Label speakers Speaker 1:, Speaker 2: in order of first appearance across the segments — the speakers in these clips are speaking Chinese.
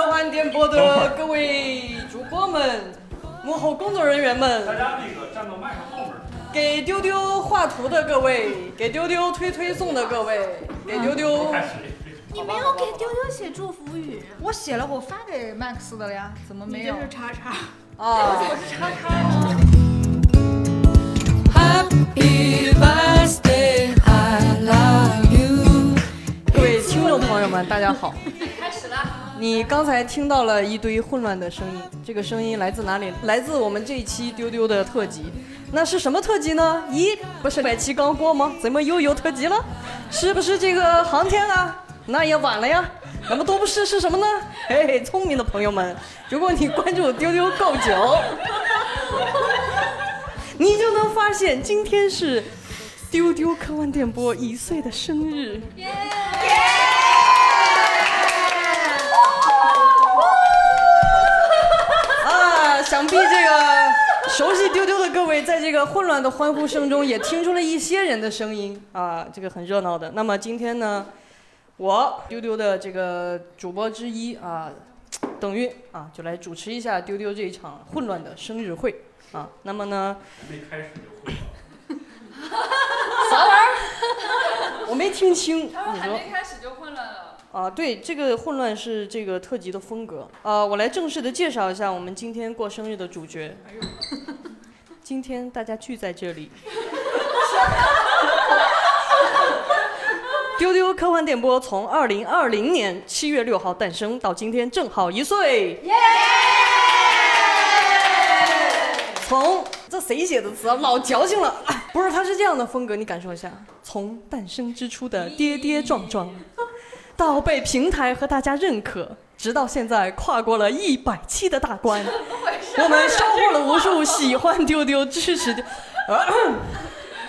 Speaker 1: 到的各位主播们、幕后工作人员
Speaker 2: 大
Speaker 1: 们，
Speaker 2: 家那个站到麦克后面儿，
Speaker 1: 给丢丢画图的各位，给丢丢推推送的各位，给丢丢
Speaker 2: 开始。
Speaker 3: 你没有给丢丢写祝福语，
Speaker 4: 我写了，我发给 Max 的了呀，怎么没有？
Speaker 3: 叉叉。
Speaker 1: 啊！
Speaker 3: 叉叉
Speaker 5: Happy birthday, I love you.
Speaker 1: 各位听众朋友们，大家好。
Speaker 3: 开始了，
Speaker 1: 你刚才听到了一堆混乱的声音，这个声音来自哪里？来自我们这一期丢丢的特辑。那是什么特辑呢？咦，不是百期刚过吗？怎么又有特辑了？是不是这个航天啊？那也晚了呀。那么都不是是什么呢？嘿嘿，聪明的朋友们，如果你关注丢丢够久，你就能发现今天是丢丢科幻电波一岁的生日。啊，想必这个熟悉丢丢的各位，在这个混乱的欢呼声中，也听出了一些人的声音啊，这个很热闹的。那么今天呢，我丢丢的这个主播之一啊，等于啊，就来主持一下丢丢这一场混乱的生日会啊。那么呢，
Speaker 2: 没开始就会了。
Speaker 1: 我没听清，你
Speaker 3: 他说还
Speaker 1: 说
Speaker 3: 没开始就混乱了。
Speaker 1: 啊，对，这个混乱是这个特辑的风格。呃，我来正式的介绍一下我们今天过生日的主角。今天大家聚在这里，丢丢科幻电波从二零二零年七月六号诞生到今天正好一岁。从这谁写的词啊？老矫情了。 啊不是，它是这样的风格，你感受一下。从诞生之初的跌跌撞撞，到被平台和大家认可，直到现在跨过了一百期的大关，我们收获了无数喜欢丢丢、支持丢。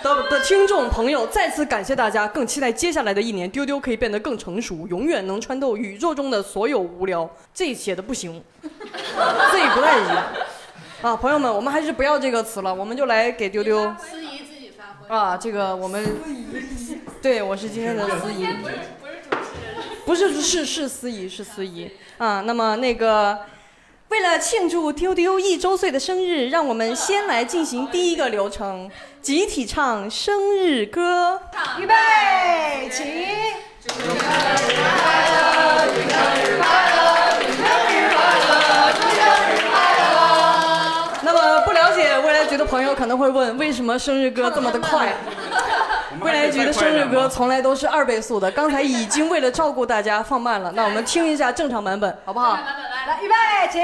Speaker 1: 的的听众朋友，再次感谢大家，更期待接下来的一年，丢丢可以变得更成熟，永远能穿透宇宙中的所有无聊。这写的不行， 这也不太行啊，朋友们，我们还是不要这个词了，我们就来给丢丢
Speaker 3: 司仪自己发挥。啊
Speaker 1: 啊，这个我们，对我是今天的司仪，
Speaker 3: 不是不是主持人，
Speaker 1: 不是是是司仪是司仪啊。那么那个，为了庆祝丢丢一周岁的生日，让我们先来进行第一个流程，集体唱生日歌。
Speaker 4: 预备，起！
Speaker 1: 那么不了解未来局的朋友可能会问，为什么生日歌这么的快？
Speaker 2: 我们
Speaker 1: 未来局的生日歌
Speaker 2: 还得再快一点吗
Speaker 1: 从来都是二倍速的，刚才已经为了照顾大家放慢了，那我们听一下正常版本，好不好？
Speaker 3: 版本来。
Speaker 4: 来，预备，起！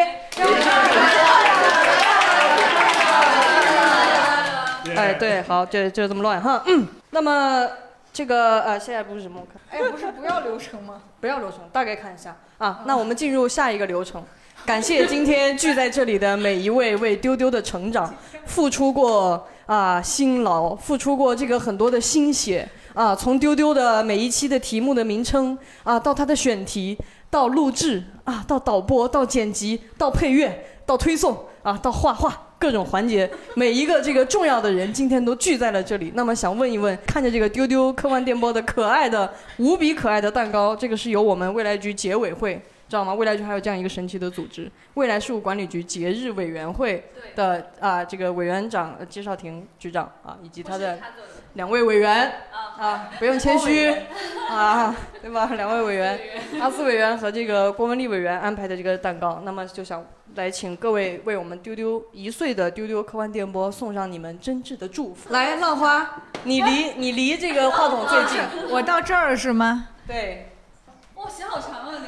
Speaker 1: 哎，，对，好，就就这么乱哈。嗯，那么这个呃，下一步是什么？我看
Speaker 4: 哎，不是不要流程吗？
Speaker 1: 不要流程，大概看一下啊。那我们进入下一个流程。感谢今天聚在这里的每一位为丢丢的成长付出过啊辛劳，付出过这个很多的心血啊。从丢丢的每一期的题目的名称啊，到它的选题，到录制啊，到导播，到剪辑，到配乐，到推送啊，到画画。各种环节，每一个这个重要的人今天都聚在了这里。那么想问一问，看着这个丢丢科幻电波的可爱的无比可爱的蛋糕，这个是由我们未来局结委会，知道吗？未来局还有这样一个神奇的组织——未来事务管理局节日委员会
Speaker 3: 对，
Speaker 1: 的啊、这个委员长呃季少廷局长啊，以及
Speaker 3: 不
Speaker 1: 他
Speaker 3: 是
Speaker 1: 的
Speaker 3: 他做的。
Speaker 1: 两位委员
Speaker 3: 啊，
Speaker 1: 啊，不用谦虚啊，对吧？两位委员，阿斯委员和这个郭文丽委员安排的这个蛋糕，那么就想来请各位为我们丢丢一岁的丢丢科幻电波送上你们真挚的祝福。来，浪花，你离你离这个话筒 最近，
Speaker 4: 我到这儿是吗？
Speaker 1: 对。
Speaker 3: 哇，写好长啊你。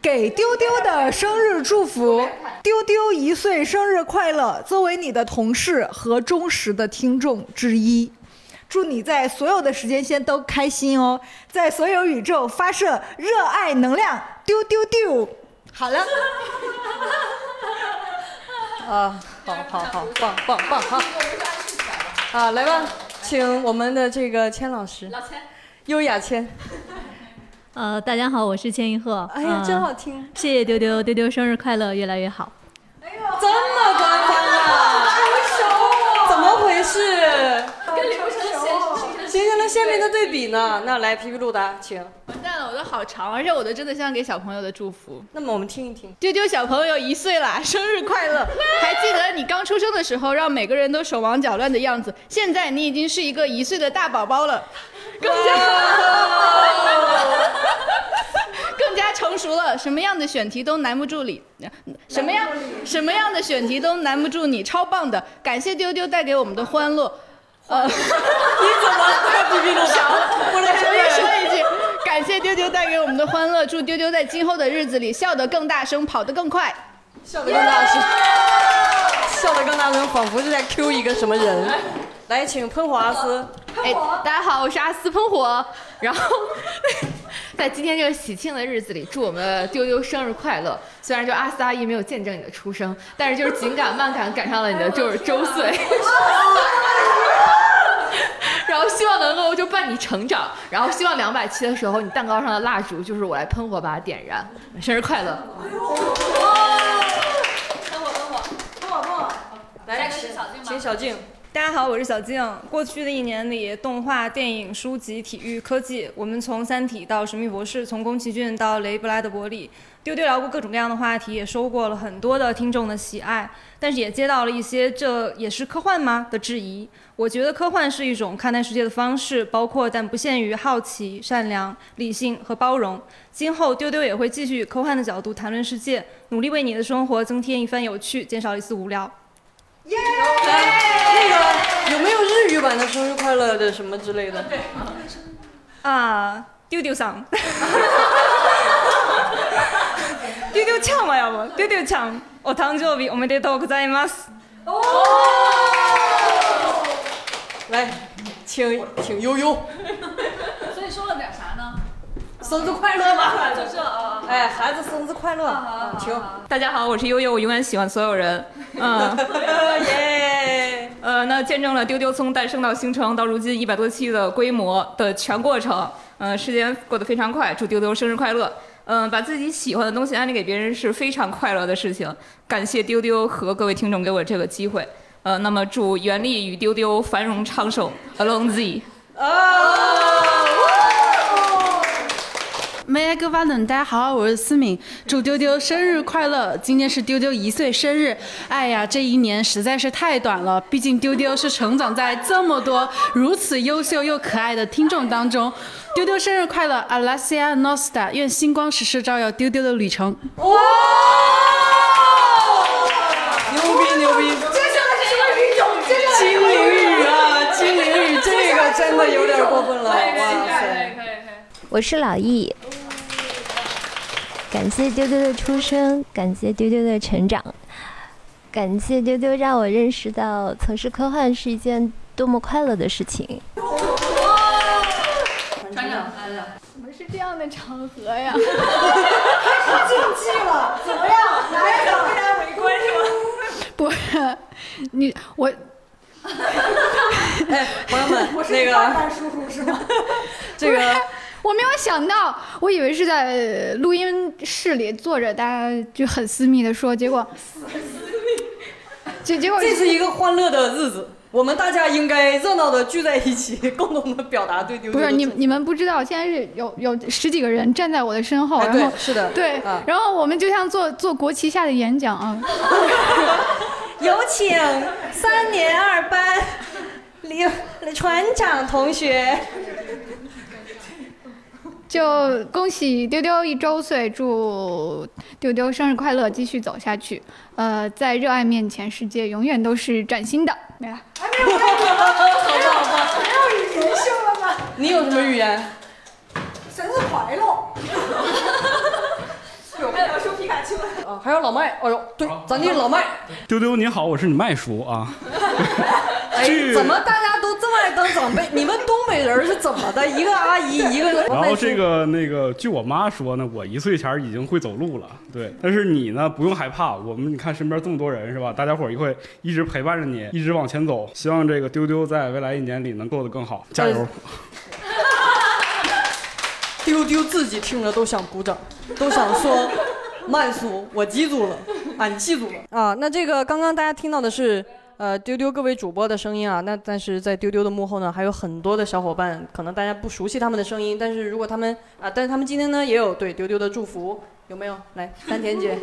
Speaker 4: 给丢丢的生日祝福，丢丢一岁生日快乐！作为你的同事和忠实的听众之一，祝你在所有的时间线都开心哦，在所有宇宙发射热爱能量，丢丢丢！好了，
Speaker 1: 啊，好好好，棒棒棒，好，啊，来吧，请我们的这个千老师，
Speaker 3: 老钱，
Speaker 1: 优雅千，
Speaker 6: 呃，大家好，我是千一鹤。
Speaker 1: 哎
Speaker 7: 嗯
Speaker 1: 呀，
Speaker 6: 呃
Speaker 1: 真好听，
Speaker 6: 谢谢丢丢，丢丢生日快乐，越来越好。
Speaker 1: 这么官方啊，怎么回事？
Speaker 3: 跟刘成先生
Speaker 1: 形成了鲜明的对比呢。那来皮皮鲁达，请。
Speaker 3: 完蛋
Speaker 8: 蛋了，我都好长，而且我都真的像给小朋友的祝福。
Speaker 1: 那么我们听一听。
Speaker 8: 丢丢小朋友一岁啦， 生日快乐！还记得你刚出生的时候，让每个人都手忙脚乱的样子。现在你已经是一个一岁的大宝宝了， 更加更加成熟了。什么样的选题都难不住你，什么样什么样的选题都难不住你，超棒的！感谢丢丢带给我们的 欢乐。呃，你怎么这逼逼都少？我来重新说一句， 感谢丢丢带给我们的欢乐，祝丢丢在今后的日子里笑得更大声，跑得更快。
Speaker 1: 笑得更大声，笑得更大声，仿佛是在 Q 一个什么人。来，请喷火阿斯。
Speaker 9: 哎，大家好，我是阿斯喷火。然后， 在今天这个喜庆的日子里，祝我们丢丢生日快乐。虽然就阿斯阿姨没有见证你的出生，但是就是紧赶慢赶赶上了你的就是周岁。 然后希望能够就伴你成长，然后希望两百期的时候，你蛋糕上的蜡烛就是我来喷火把它点燃。生日快乐！
Speaker 3: 喷火喷火喷火喷火，
Speaker 1: 来，
Speaker 3: 下一个是小静吗
Speaker 1: 请小静。
Speaker 10: 大家好，我是小静。过去的一年里，动画、电影、书籍、体育、科技，我们从《三体》到《神秘博士》，从宫崎骏到雷布拉德伯里，丢丢聊过各种各样的话题，也收获了很多的听众的喜爱，但是也接到了一些“这也是科幻吗”的质疑。我觉得科幻是一种看待世界的方式，包括但不限于好奇、善良、理性和包容。今后丢丢也会继续以科幻的角度谈论世界，努力为你的生活增添一番有趣，减少一丝无聊。
Speaker 1: 来，那个有没有日语版的生日快乐的什么之类的？
Speaker 10: 啊，丢丢上，丢丢ちゃんはやばい。丢丢ちゃん、お誕生日おめでとうございます。
Speaker 1: 来，请请悠悠。
Speaker 3: 所以说了点啥呢？
Speaker 1: 生日快乐吧！
Speaker 3: 就这啊，
Speaker 1: 哎，孩子生日快乐！
Speaker 3: 好好
Speaker 1: 请。
Speaker 10: 大家好，我是悠悠，我永远喜欢所有人。嗯，
Speaker 1: 耶！
Speaker 10: 呃，那见证了丢丢从诞生到形成到如今一百多期的规模的全过程。嗯、时间过得非常快，祝丢丢生日快乐。嗯、把自己喜欢的东西安利给别人是非常快乐的事情。感谢丢丢和各位听众给我这个机会。呃，那么祝袁立与丢丢繁荣昌盛，Alone Z。
Speaker 11: May I go Valen？大家好，我是思敏，祝丢丢生日快乐！今天是丢丢一岁生日，哎呀，这一年实在是太短了，毕竟丢丢是成长在这么多如此优秀又可爱的听众当中。丢丢生日快乐，Alasia Nosta！愿星光时时照耀丢丢的旅程。
Speaker 1: 哇！牛逼牛逼！这是什么语种？这是精灵语啊！精灵语，这个真的有点过分了。哇塞！
Speaker 3: 可以可以。
Speaker 12: 我是老易。感谢丢丢的出生，感谢丢丢的成长，感谢丢丢让我认识到从事科幻是一件多么快乐的事情。
Speaker 3: 船长来了，
Speaker 8: 怎么是这样的场合 呀？
Speaker 11: 不，你我
Speaker 1: 哎，朋友们，那个 这个
Speaker 8: 我没有想到，我以为是在录音室里坐着，大家就很私密的说，结果，结结果
Speaker 1: 这是一个欢乐的日子，我们大家应该热闹的聚在一起， 共同的表达对丢
Speaker 8: 不
Speaker 1: 丢的
Speaker 8: 是你
Speaker 1: 祝福
Speaker 8: 你们不知道，现在是有有十几个人站在我的身后，
Speaker 1: 哎，
Speaker 8: 哦然
Speaker 1: 对
Speaker 8: 后，
Speaker 1: 是的，
Speaker 8: 对
Speaker 1: 啊，
Speaker 8: 然后我们就像做做国旗下的演讲啊，
Speaker 1: 有请三年二班李船长同 学。
Speaker 8: 就恭喜丢丢一周岁，祝丢丢生日快乐，继续走下去。呃，在热爱面前，世界永远都是崭新的。哎没了。
Speaker 1: 你有什么语言？ 哎生日快乐！还有老麦，哎呦，对，咱这老麦，
Speaker 2: 丢丢你好，我是你麦叔啊。
Speaker 1: 哎，怎么大家都这么爱当长 辈？你们东北人是怎么的？一个阿姨，一个
Speaker 2: 然
Speaker 1: 麦
Speaker 2: 后
Speaker 1: 叔
Speaker 2: 这个那个，据我妈说呢，我一岁前儿已经会走路了。对，但是你呢，不用害怕，我们你看身边这么多人是吧？大家伙儿一会一直陪伴着你，一直往前走。希望这个丢丢在未来一年里能过得更好，加油！
Speaker 1: 丢丢自己听了都想鼓掌，都想说慢速，我记住了，俺记住了啊。那这个刚刚大家听到的是呃丢丢各位主播的声音啊，那但是在丢丢的幕后呢，还有很多的小伙伴，可能大家不熟悉他们的声音，但是如果他们啊，但是他们今天呢也有对丢丢的祝福，有没有？来，丹田姐，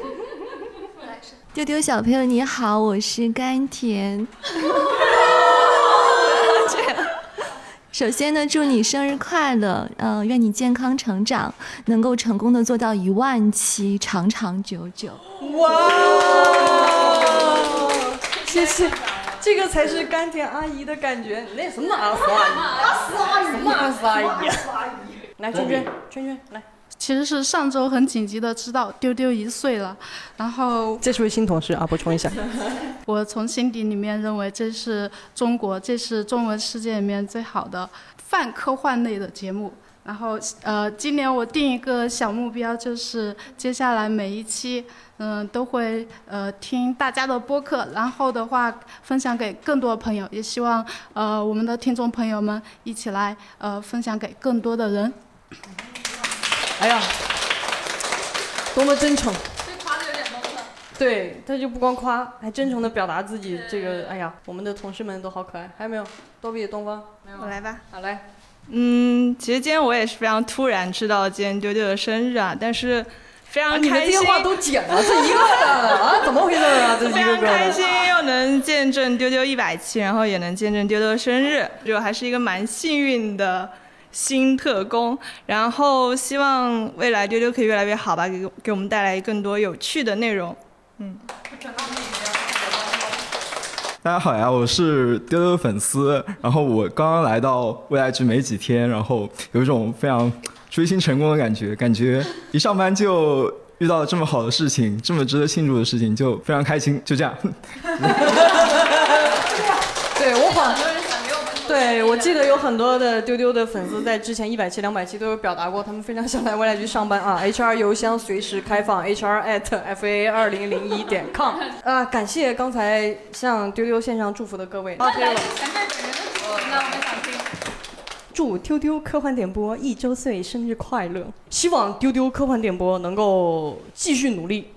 Speaker 13: 丢丢小朋友你好，我是甘甜。这样首先呢，祝你生日快乐，呃，愿你健康成长，能够成功的做到一万期，长长久久。
Speaker 1: 哇，谢谢，这个才是甘甜阿姨的感觉，那什么阿斯阿姨，阿斯阿姨，什么阿斯阿姨呀？来，娟娟，娟娟来。
Speaker 14: 其实是上周很紧急的知道丢丢一岁了，然后
Speaker 1: 这是位新同事啊，补充一下。
Speaker 14: 我从心底里面认为这是中国，这是中文世界里面最好的泛科幻类的节目。然后呃，今年我定一个小目标，就是接下来每一期嗯、都会呃听大家的播客，然后的话分享给更多朋友，也希望呃我们的听众朋友们一起来呃分享给更多的人。
Speaker 1: 哎呀，多么真诚！
Speaker 3: 夸的有点懵了。
Speaker 1: 对，他就不光夸，还真诚的表达自己。这个，哎呀，我们的同事们都好可爱。还有没有？多比、东方，没有。
Speaker 15: 我来吧。
Speaker 1: 好来。
Speaker 15: 嗯，其实今天我也是非常突然知道今天丢丢的生日啊，但是非常
Speaker 1: 啊
Speaker 15: 开
Speaker 1: 你
Speaker 15: 心。
Speaker 1: 们这些话都剪了，这一个个的啊，怎么回事啊？这一
Speaker 15: 非
Speaker 1: 个
Speaker 15: 常
Speaker 1: 个的。
Speaker 15: 开心，又能见证丢丢一百期，然后也能见证丢丢生日，就还是一个蛮幸运的新特工。然后希望未来丢丢可以越来越好吧，给给我们带来更多有趣的内容。
Speaker 16: 大家好呀，我是丢丢的粉丝，然后我刚刚来到未来局没几天，然后有一种非常追星成功的感觉，感觉一上班就遇到了这么好的事情，这么值得庆祝的事情，就非常开心，就这样。
Speaker 1: 对我好，对我记得有很多的丢丢的粉丝在之前一百期、两百期都有表达过，他们非常想来未来局上班啊。HR 邮箱随时开放，HR at fa 二零零一点 com。啊，感谢刚才向丢丢献上祝福的各位。
Speaker 3: 那来自前面本人的祝福呢？我们想听。
Speaker 1: 祝丢丢科幻点播一周岁生日快乐！希望丢丢科幻点播能够继续努力，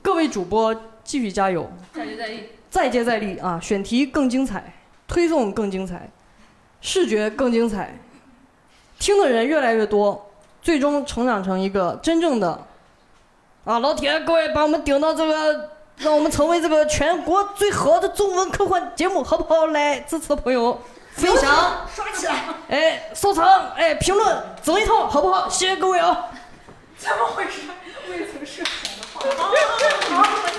Speaker 1: 各位主播继续加油，
Speaker 3: 下集再议。
Speaker 1: 再接再厉啊！选题更精彩，推送更精彩，视觉更精彩，听的人越来越多，最终成长成一个真正的啊！老铁，各位把我们顶到这个，让我们成为这个全国最好的中文科幻节目，好不好？来支持的朋友分享。
Speaker 3: 刷起来！
Speaker 1: 哎，收藏，哎，评论，整一套，好不好？谢谢各位啊！
Speaker 3: 怎么回事？未曾设想的话。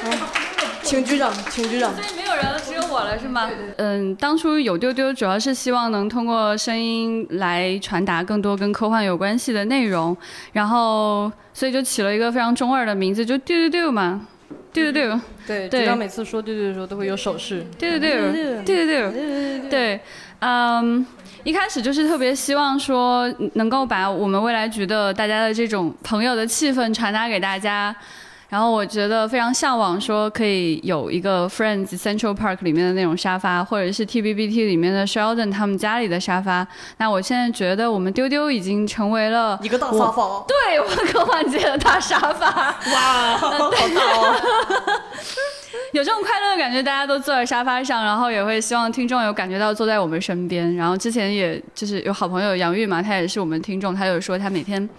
Speaker 1: 请局长，请局长。
Speaker 3: 所以没有人了，只有我了，是吗？
Speaker 7: 嗯，当初有丢丢，主要是希望能通过声音来传达更多跟科幻有关系的内容，然后所以就起了一个非常中二的名字，就丢丢丢嘛，丢丢丢。
Speaker 1: 对，
Speaker 7: 对
Speaker 1: 局长每次说对对的时候都会有手势。
Speaker 7: 对对对对对对对，嗯，一开始就是特别希望说能够把我们未来局的大家的这种朋友的气氛传达给大家。然后我觉得非常向往，说可以有一个 Friends Central Park 里面的那种沙发，或者是 TBBT 里面的 Sheldon 他们家里的沙发。那我现在觉得我们丢丢已经成为了
Speaker 1: 一个大沙发
Speaker 7: 对，我们科幻界的大沙发。
Speaker 1: 哇，好大哦！
Speaker 7: 有这种快乐的感觉，大家都坐在沙发上，然后也会希望听众有感觉到坐在我们身边。然后之前也就是有好朋友杨玉嘛，他也是我们听众，他有说他每天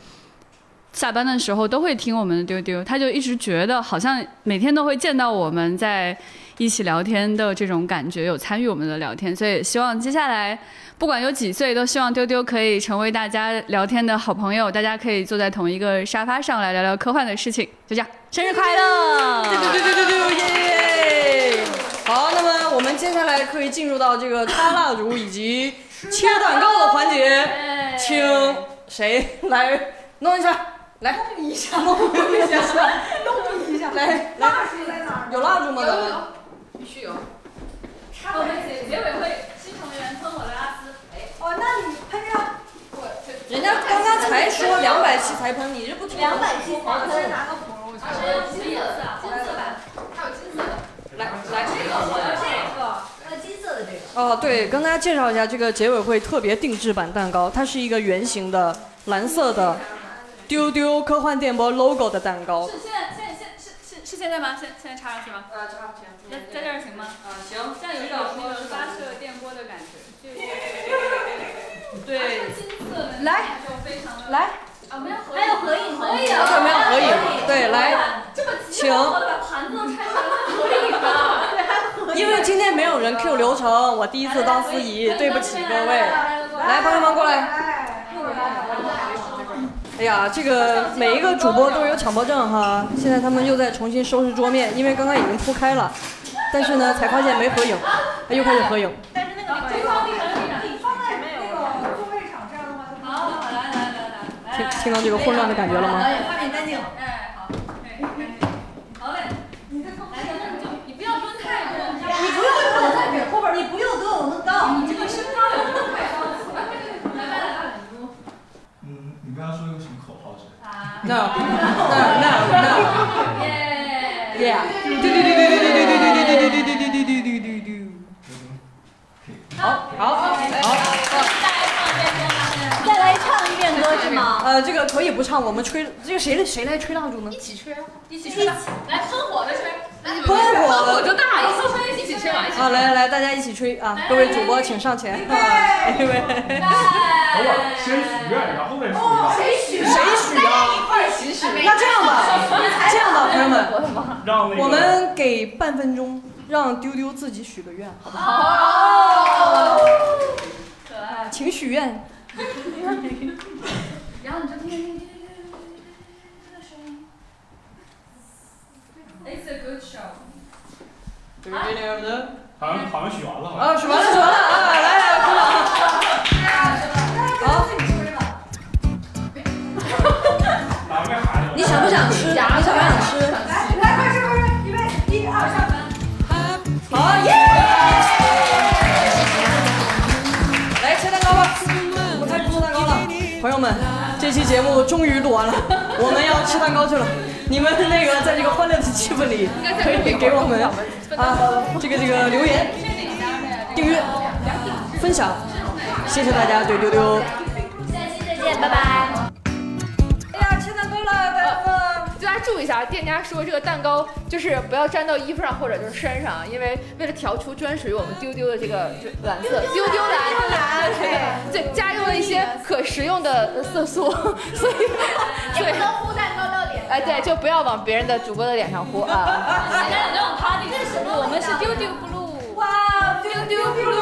Speaker 7: 下班的时候都会听我们的丢丢，他就一直觉得好像每天都会见到我们在一起聊天的这种感觉，有参与我们的聊天，所以希望接下来不管有几岁，都希望丢丢可以成为大家聊天的好朋友，大家可以坐在同一个沙发上来聊聊科幻的事情，就这样，生日快乐！
Speaker 1: 对对对对对对，耶！好，那么我们接下来可以进入到这个插蜡烛以及切蛋糕的环节，请谁来弄一下？来，弄一下，弄一下，弄一下，来来，有蜡烛吗？
Speaker 3: 有有有，必须有。我们结结尾会新成员喷火的阿斯。哎，哦，那你喷上。
Speaker 1: 人家刚刚才说两百期才喷，你这不听
Speaker 3: 两百期才喷
Speaker 1: 先拿个壶，我
Speaker 3: 还有金色的，金色的，还有金色的。
Speaker 1: 来来，
Speaker 3: 这个我要这个，还有金色的这个。
Speaker 1: 哦，对，跟大家介绍一下这个结委会特别定制版蛋糕，它是一个圆形的蓝色的丢丢科幻电波 logo 的蛋糕。
Speaker 3: 是现在现在现是是是是现在吗？现现在插上去吗？呃，插上去。在在这儿行吗？啊，行这样有一种那个发射电波的感觉。
Speaker 8: 对，
Speaker 3: 来，
Speaker 1: 来，
Speaker 3: 啊，没有合
Speaker 8: 还有合影吗
Speaker 3: 合影，
Speaker 1: 啊没有合影对来
Speaker 3: 这么急
Speaker 1: 请
Speaker 3: 忙我把盘子都拆下来了合影啊，对，还有合影
Speaker 1: 因为今天没有人 Q 流程，我第一次当司仪，对不起各位。来，朋友们过来。哎呀，这个每一个主播都有强迫症哈，现在他们又在重新收拾桌面，因为刚刚已经铺开了，但是呢才发现没合影，哎又开始合影。
Speaker 3: 但是那个地方地方地方前面有那个座位上，这样的话就好。好，来来来来来，
Speaker 1: 听听到这个混乱的感觉了吗？
Speaker 3: 画面干净。哎，好，对，干净。好嘞，你这来咱们就你不要蹲太多，
Speaker 17: 你不用蹲我在腿后边，你不用蹲我能到。
Speaker 3: 你这个身高有点太高了。来来来，
Speaker 16: 嗯，你刚刚说一个什么口号是？
Speaker 1: No no no no。Yeah。对对对对对对对对对对对对对对对对对对。好，好，好，
Speaker 17: 再来唱一遍歌是吗？
Speaker 1: 呃，这个可以不唱，我们吹，这个谁来谁来吹蜡烛呢？一起吹啊！
Speaker 3: 一起吹吧，来喷火的吹，来
Speaker 1: 喷火
Speaker 9: 我就大了，
Speaker 3: 一
Speaker 9: 吃
Speaker 3: 起
Speaker 9: 吧，一起吃
Speaker 1: 啊，来来来，大家一起吹啊！各位主播请上前。啊，预备。
Speaker 2: 等会儿先许愿，然后再
Speaker 1: 哦
Speaker 2: 说。
Speaker 1: 谁许啊？那这样吧，这样吧，朋友们，
Speaker 2: 让那个
Speaker 1: 我们给半分钟，让丢丢自己许个愿，好不好
Speaker 3: 好？
Speaker 1: 可爱，请许愿。
Speaker 3: 然后你就听听听听这个声音。It's a good show。
Speaker 2: 好像好像许完了，好像。
Speaker 1: 啊，许完了，许完了啊！来来，鼓掌啊！好，
Speaker 17: 你想不想吃？你想不想吃？来来，快吃快吃，预备，一二三。
Speaker 1: 好耶！来切蛋糕吧，我开始做蛋糕了。朋友们，这期节目终于录完 了，我们要吃蛋糕去了。你们那个在这个欢乐的气氛里，可以给我们啊这个这个留言、订阅、分享，谢谢大家对丢丢。
Speaker 17: 下期再见，拜拜。
Speaker 9: 哎呀，吃蛋糕了，大哥！对大家注意一下，店家说这个蛋糕就是不要沾到衣服上或者就是身上，因为为了调出专属于我们丢丢的这个蓝色丢丢蓝，对，对加入了一些可食用的色素，所以对不能糊蛋糕到脸。哎，对，就不要往别人的主播的脸上糊啊。
Speaker 3: 大家得让他那个，我们是丢丢 blue。
Speaker 17: 哇，
Speaker 3: 丢丢 blue。